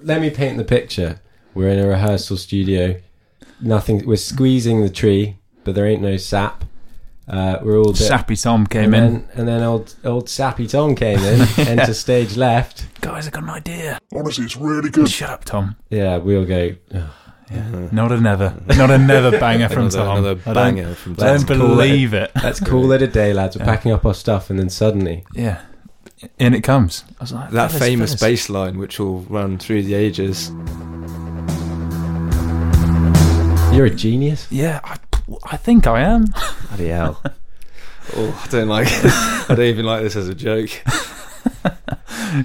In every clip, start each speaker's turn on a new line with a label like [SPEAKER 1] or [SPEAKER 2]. [SPEAKER 1] let me paint the picture. We're in a rehearsal studio. Nothing. We're squeezing the tree, but there ain't no sap. Uh, we're all a bit-
[SPEAKER 2] Sappy Tom came
[SPEAKER 1] and
[SPEAKER 2] in.
[SPEAKER 1] then, and then old old sappy Tom came in, enter stage left.
[SPEAKER 2] Guys, I got an idea.
[SPEAKER 3] Honestly, it's really good.
[SPEAKER 2] Shut up, Tom.
[SPEAKER 1] Yeah, we all go. "Ugh."
[SPEAKER 2] Not another, not another banger from
[SPEAKER 4] Uh. another,
[SPEAKER 2] Tom.
[SPEAKER 4] another
[SPEAKER 2] I don't-
[SPEAKER 4] banger from
[SPEAKER 2] I don't
[SPEAKER 4] Tom.
[SPEAKER 2] believe it.
[SPEAKER 1] Let's call it a day, lads. We're packing up our stuff, and then suddenly,
[SPEAKER 2] Yeah, in it comes. I was like,
[SPEAKER 4] That
[SPEAKER 2] fellas,
[SPEAKER 4] famous
[SPEAKER 2] fellas.
[SPEAKER 4] bass line, which will run through the ages.
[SPEAKER 1] you're a genius.
[SPEAKER 2] Yeah, I, I think I am.
[SPEAKER 1] Bloody hell!
[SPEAKER 4] Oh, I don't like. I don't even like this as a joke.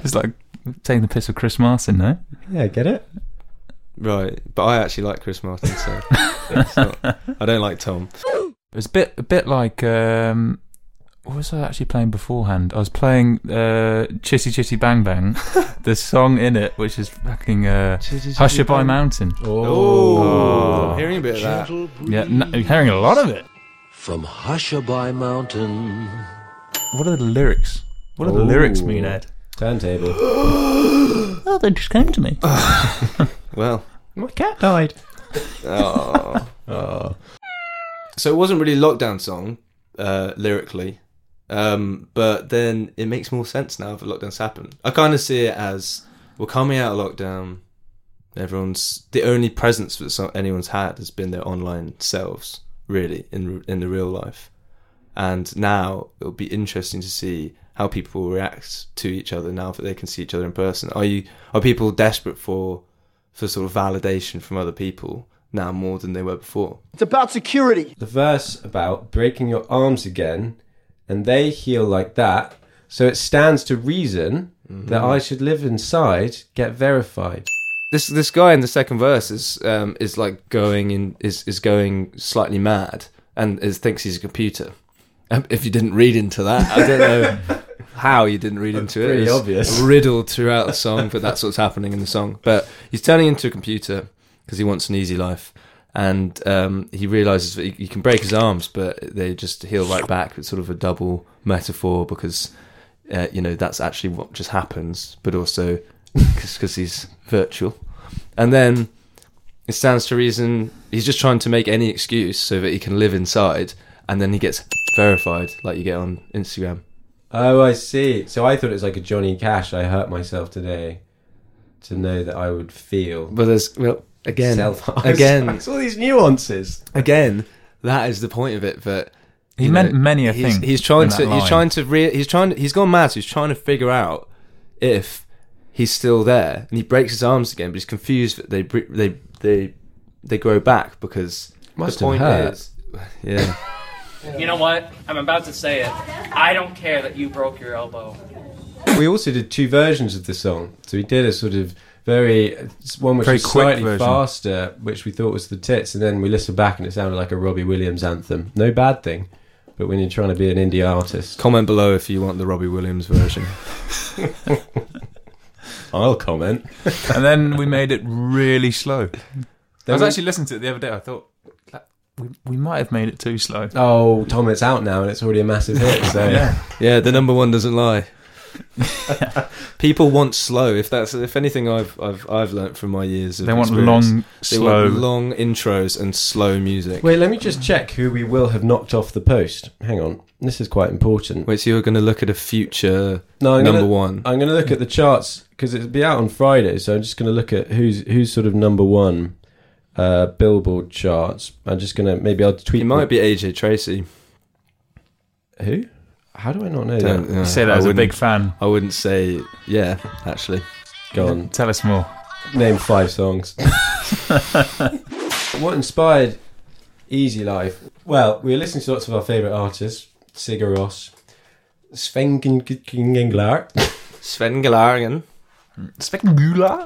[SPEAKER 2] It's like taking the piss with Chris Martin, no?
[SPEAKER 1] Yeah, get it.
[SPEAKER 4] Right, but I actually like Chris Martin, so it's not, I don't like Tom.
[SPEAKER 2] It was a bit, a bit like. Um, what was I actually playing beforehand? I was playing uh, Chitty Chitty Bang Bang, the song in it, which is fucking uh, Hushabye Mountain.
[SPEAKER 4] Oh, hearing a bit of that.
[SPEAKER 2] Yeah, n- I'm hearing a lot of it.
[SPEAKER 5] From Hushabye Mountain.
[SPEAKER 2] What are the lyrics? What do the lyrics mean,
[SPEAKER 1] Ooh.
[SPEAKER 2] Ed?
[SPEAKER 1] Turntable.
[SPEAKER 2] Oh, they just came to me.
[SPEAKER 4] Well,
[SPEAKER 1] My cat died.
[SPEAKER 4] oh. so it wasn't really a lockdown song uh, lyrically, um, but then it makes more sense now that lockdown's happened. I kind of see it as we're coming out of lockdown. Everyone's the only presence that so- anyone's had has been their online selves, really, in in the real life. And now it'll be interesting to see how people will react to each other now that they can see each other in person. Are you are people desperate for for sort of validation from other people now more than they were before?
[SPEAKER 6] It's about security.
[SPEAKER 1] The verse about breaking your arms again, and they heal like that. So it stands to reason
[SPEAKER 4] Mm-hmm.
[SPEAKER 1] that I should live inside, get verified.
[SPEAKER 4] This this guy in the second verse is um, is like going in is is going slightly mad and is thinks he's a computer. Um, If you didn't read into that, I don't know how you didn't read into it.
[SPEAKER 1] pretty
[SPEAKER 4] It's
[SPEAKER 1] obvious.
[SPEAKER 4] a riddle throughout the song, but that's what's happening in the song. But he's turning into a computer because he wants an easy life, and um, he realizes that he, he can break his arms, but they just heal right back. It's sort of a double metaphor because uh, you know that's actually what just happens, but also because he's virtual. And then it stands to reason he's just trying to make any excuse so that he can live inside, and then he gets verified, like you get on Instagram.
[SPEAKER 1] Oh, I see. So I thought it was like a Johnny Cash. I hurt myself today to know that I would feel
[SPEAKER 4] But there's well again,
[SPEAKER 1] self
[SPEAKER 4] again,
[SPEAKER 1] It's all these nuances.
[SPEAKER 4] again. That is the point of it. That
[SPEAKER 2] He
[SPEAKER 4] you
[SPEAKER 2] meant
[SPEAKER 4] know,
[SPEAKER 2] many a
[SPEAKER 4] he's,
[SPEAKER 2] thing.
[SPEAKER 4] He's trying
[SPEAKER 2] in that
[SPEAKER 4] to. He's
[SPEAKER 2] line.
[SPEAKER 4] trying to. Re- he's trying. He's gone mad. So he's trying to figure out if he's still there, and he breaks his arms again. But he's confused. That they br- they they they grow back because
[SPEAKER 1] Must
[SPEAKER 4] the
[SPEAKER 1] have
[SPEAKER 4] point
[SPEAKER 1] hurt.
[SPEAKER 4] is, yeah.
[SPEAKER 7] You know what? I'm about to say it. I don't care that you broke your elbow.
[SPEAKER 1] we also did two versions of the song. So we did a sort of very one which
[SPEAKER 2] Very
[SPEAKER 1] was
[SPEAKER 2] quick
[SPEAKER 1] slightly
[SPEAKER 2] version.
[SPEAKER 1] faster, which we thought was the tits, and then we listened back and it sounded like a Robbie Williams anthem. No bad thing, but when you're trying to be an indie artist,
[SPEAKER 4] Comment below if you want the Robbie Williams version.
[SPEAKER 1] I'll comment.
[SPEAKER 2] and then we made it really slow. I was
[SPEAKER 1] we-
[SPEAKER 2] actually listening to it the other day. I thought "That- we, we might have made it too slow.
[SPEAKER 1] Oh, Tom, it's out now and it's already a massive hit. So
[SPEAKER 2] Yeah.
[SPEAKER 4] Yeah, the number one doesn't lie. People want slow. If that's if anything, I've I've I've learnt from my years. Of
[SPEAKER 2] They want
[SPEAKER 4] experience.
[SPEAKER 2] long,
[SPEAKER 4] They
[SPEAKER 2] slow.
[SPEAKER 4] want long intros and slow music.
[SPEAKER 1] wait, let me just check who we will have knocked off the post. Hang on, this is quite important.
[SPEAKER 4] Wait, so you're going to look at a future
[SPEAKER 1] No, I'm
[SPEAKER 4] number
[SPEAKER 1] gonna-
[SPEAKER 4] one?
[SPEAKER 1] I'm going to look at the charts because it'll be out on Friday. So I'm just going to look at who's who's sort of number one uh, Billboard charts. I'm just going to maybe I'll tweet.
[SPEAKER 4] It might be AJ Tracy.
[SPEAKER 1] who? How do I not know
[SPEAKER 4] Don't-
[SPEAKER 1] that?
[SPEAKER 4] uh,
[SPEAKER 2] You say that
[SPEAKER 4] I
[SPEAKER 2] as a
[SPEAKER 4] wouldn't-
[SPEAKER 2] big fan.
[SPEAKER 4] I wouldn't say yeah. Actually,
[SPEAKER 1] Go on,
[SPEAKER 2] Tell us more.
[SPEAKER 1] name five songs. what inspired Easy Life? Well, we were listening to lots of our favourite artists: Sigur Rós, Sven Genglar.
[SPEAKER 4] Sven Gelarian.
[SPEAKER 2] Spectacular.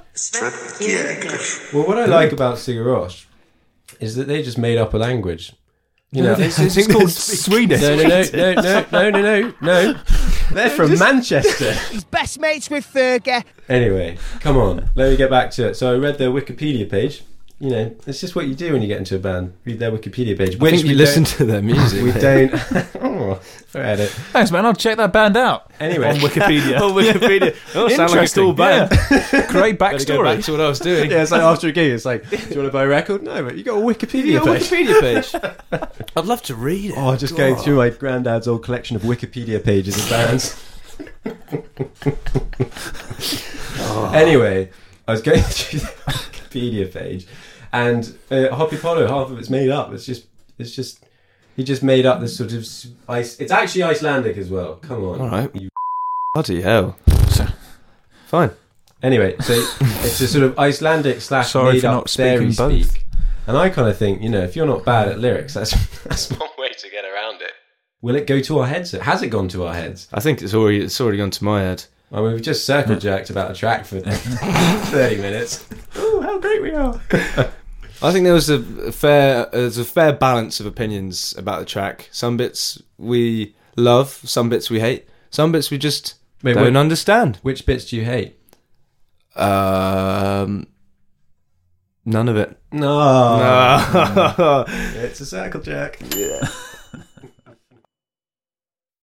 [SPEAKER 1] Well, what I like about Sigur Rós is that they just made up a language. You know,
[SPEAKER 2] It's called Swedish.
[SPEAKER 1] No, no, no, no, no, no, no, no, no. They're from Manchester.
[SPEAKER 6] He's best mates with Fergie.
[SPEAKER 1] Anyway, come on. Let me get back to it. So I read their Wikipedia page, you know, it's just what you do when you get into a band. Read their Wikipedia page.
[SPEAKER 4] I think
[SPEAKER 1] we
[SPEAKER 4] you listen to their music.
[SPEAKER 1] don't- We don't. oh, fair edit.
[SPEAKER 2] Thanks, man. I'll check that band out on
[SPEAKER 1] Anyway,
[SPEAKER 2] Wikipedia.
[SPEAKER 4] Oh, Wikipedia. Oh, sound like a
[SPEAKER 2] Interesting.
[SPEAKER 4] cool band.
[SPEAKER 2] Yeah. Great
[SPEAKER 4] Better go back
[SPEAKER 2] backstory.
[SPEAKER 4] to what I was doing.
[SPEAKER 1] yeah, it's like after a gig, it's like, do you want to buy a record? No, but you got a Wikipedia
[SPEAKER 4] Your
[SPEAKER 1] page.
[SPEAKER 4] Wikipedia page. I'd love to read it.
[SPEAKER 1] Oh, just
[SPEAKER 4] God.
[SPEAKER 1] going through my granddad's old collection of Wikipedia pages of bands. Anyway, I was going through the Wikipedia page, and uh, Hoppy Polo, half of it's made up. It's just, it's just, he just made up this sort of s- ice. It's actually Icelandic as well. Come on.
[SPEAKER 4] All right.
[SPEAKER 1] You-
[SPEAKER 4] Bloody hell.
[SPEAKER 2] So-
[SPEAKER 4] Fine.
[SPEAKER 1] Anyway, so it's a sort of Icelandic slash
[SPEAKER 2] Sorry
[SPEAKER 1] made
[SPEAKER 2] for
[SPEAKER 1] up
[SPEAKER 2] not speaking
[SPEAKER 1] dairy
[SPEAKER 2] both.
[SPEAKER 1] speak. And I kind of think, you know, if you're not bad at lyrics, that's that's one way to get around it. Will it go to our heads? Has it gone to our heads?
[SPEAKER 4] I think it's already it's already gone to my head.
[SPEAKER 1] I mean, we've just circle jerked about a track for 30 minutes. Oh, how great we are.
[SPEAKER 4] I think there was a fair there's a fair balance of opinions about the track. Some bits we love, some bits we hate, some bits we just
[SPEAKER 1] Wait,
[SPEAKER 4] don't
[SPEAKER 1] wait.
[SPEAKER 4] understand.
[SPEAKER 1] Which bits do you hate?
[SPEAKER 4] Um, none of it.
[SPEAKER 1] No.
[SPEAKER 4] Uh,
[SPEAKER 1] It's a circle jerk.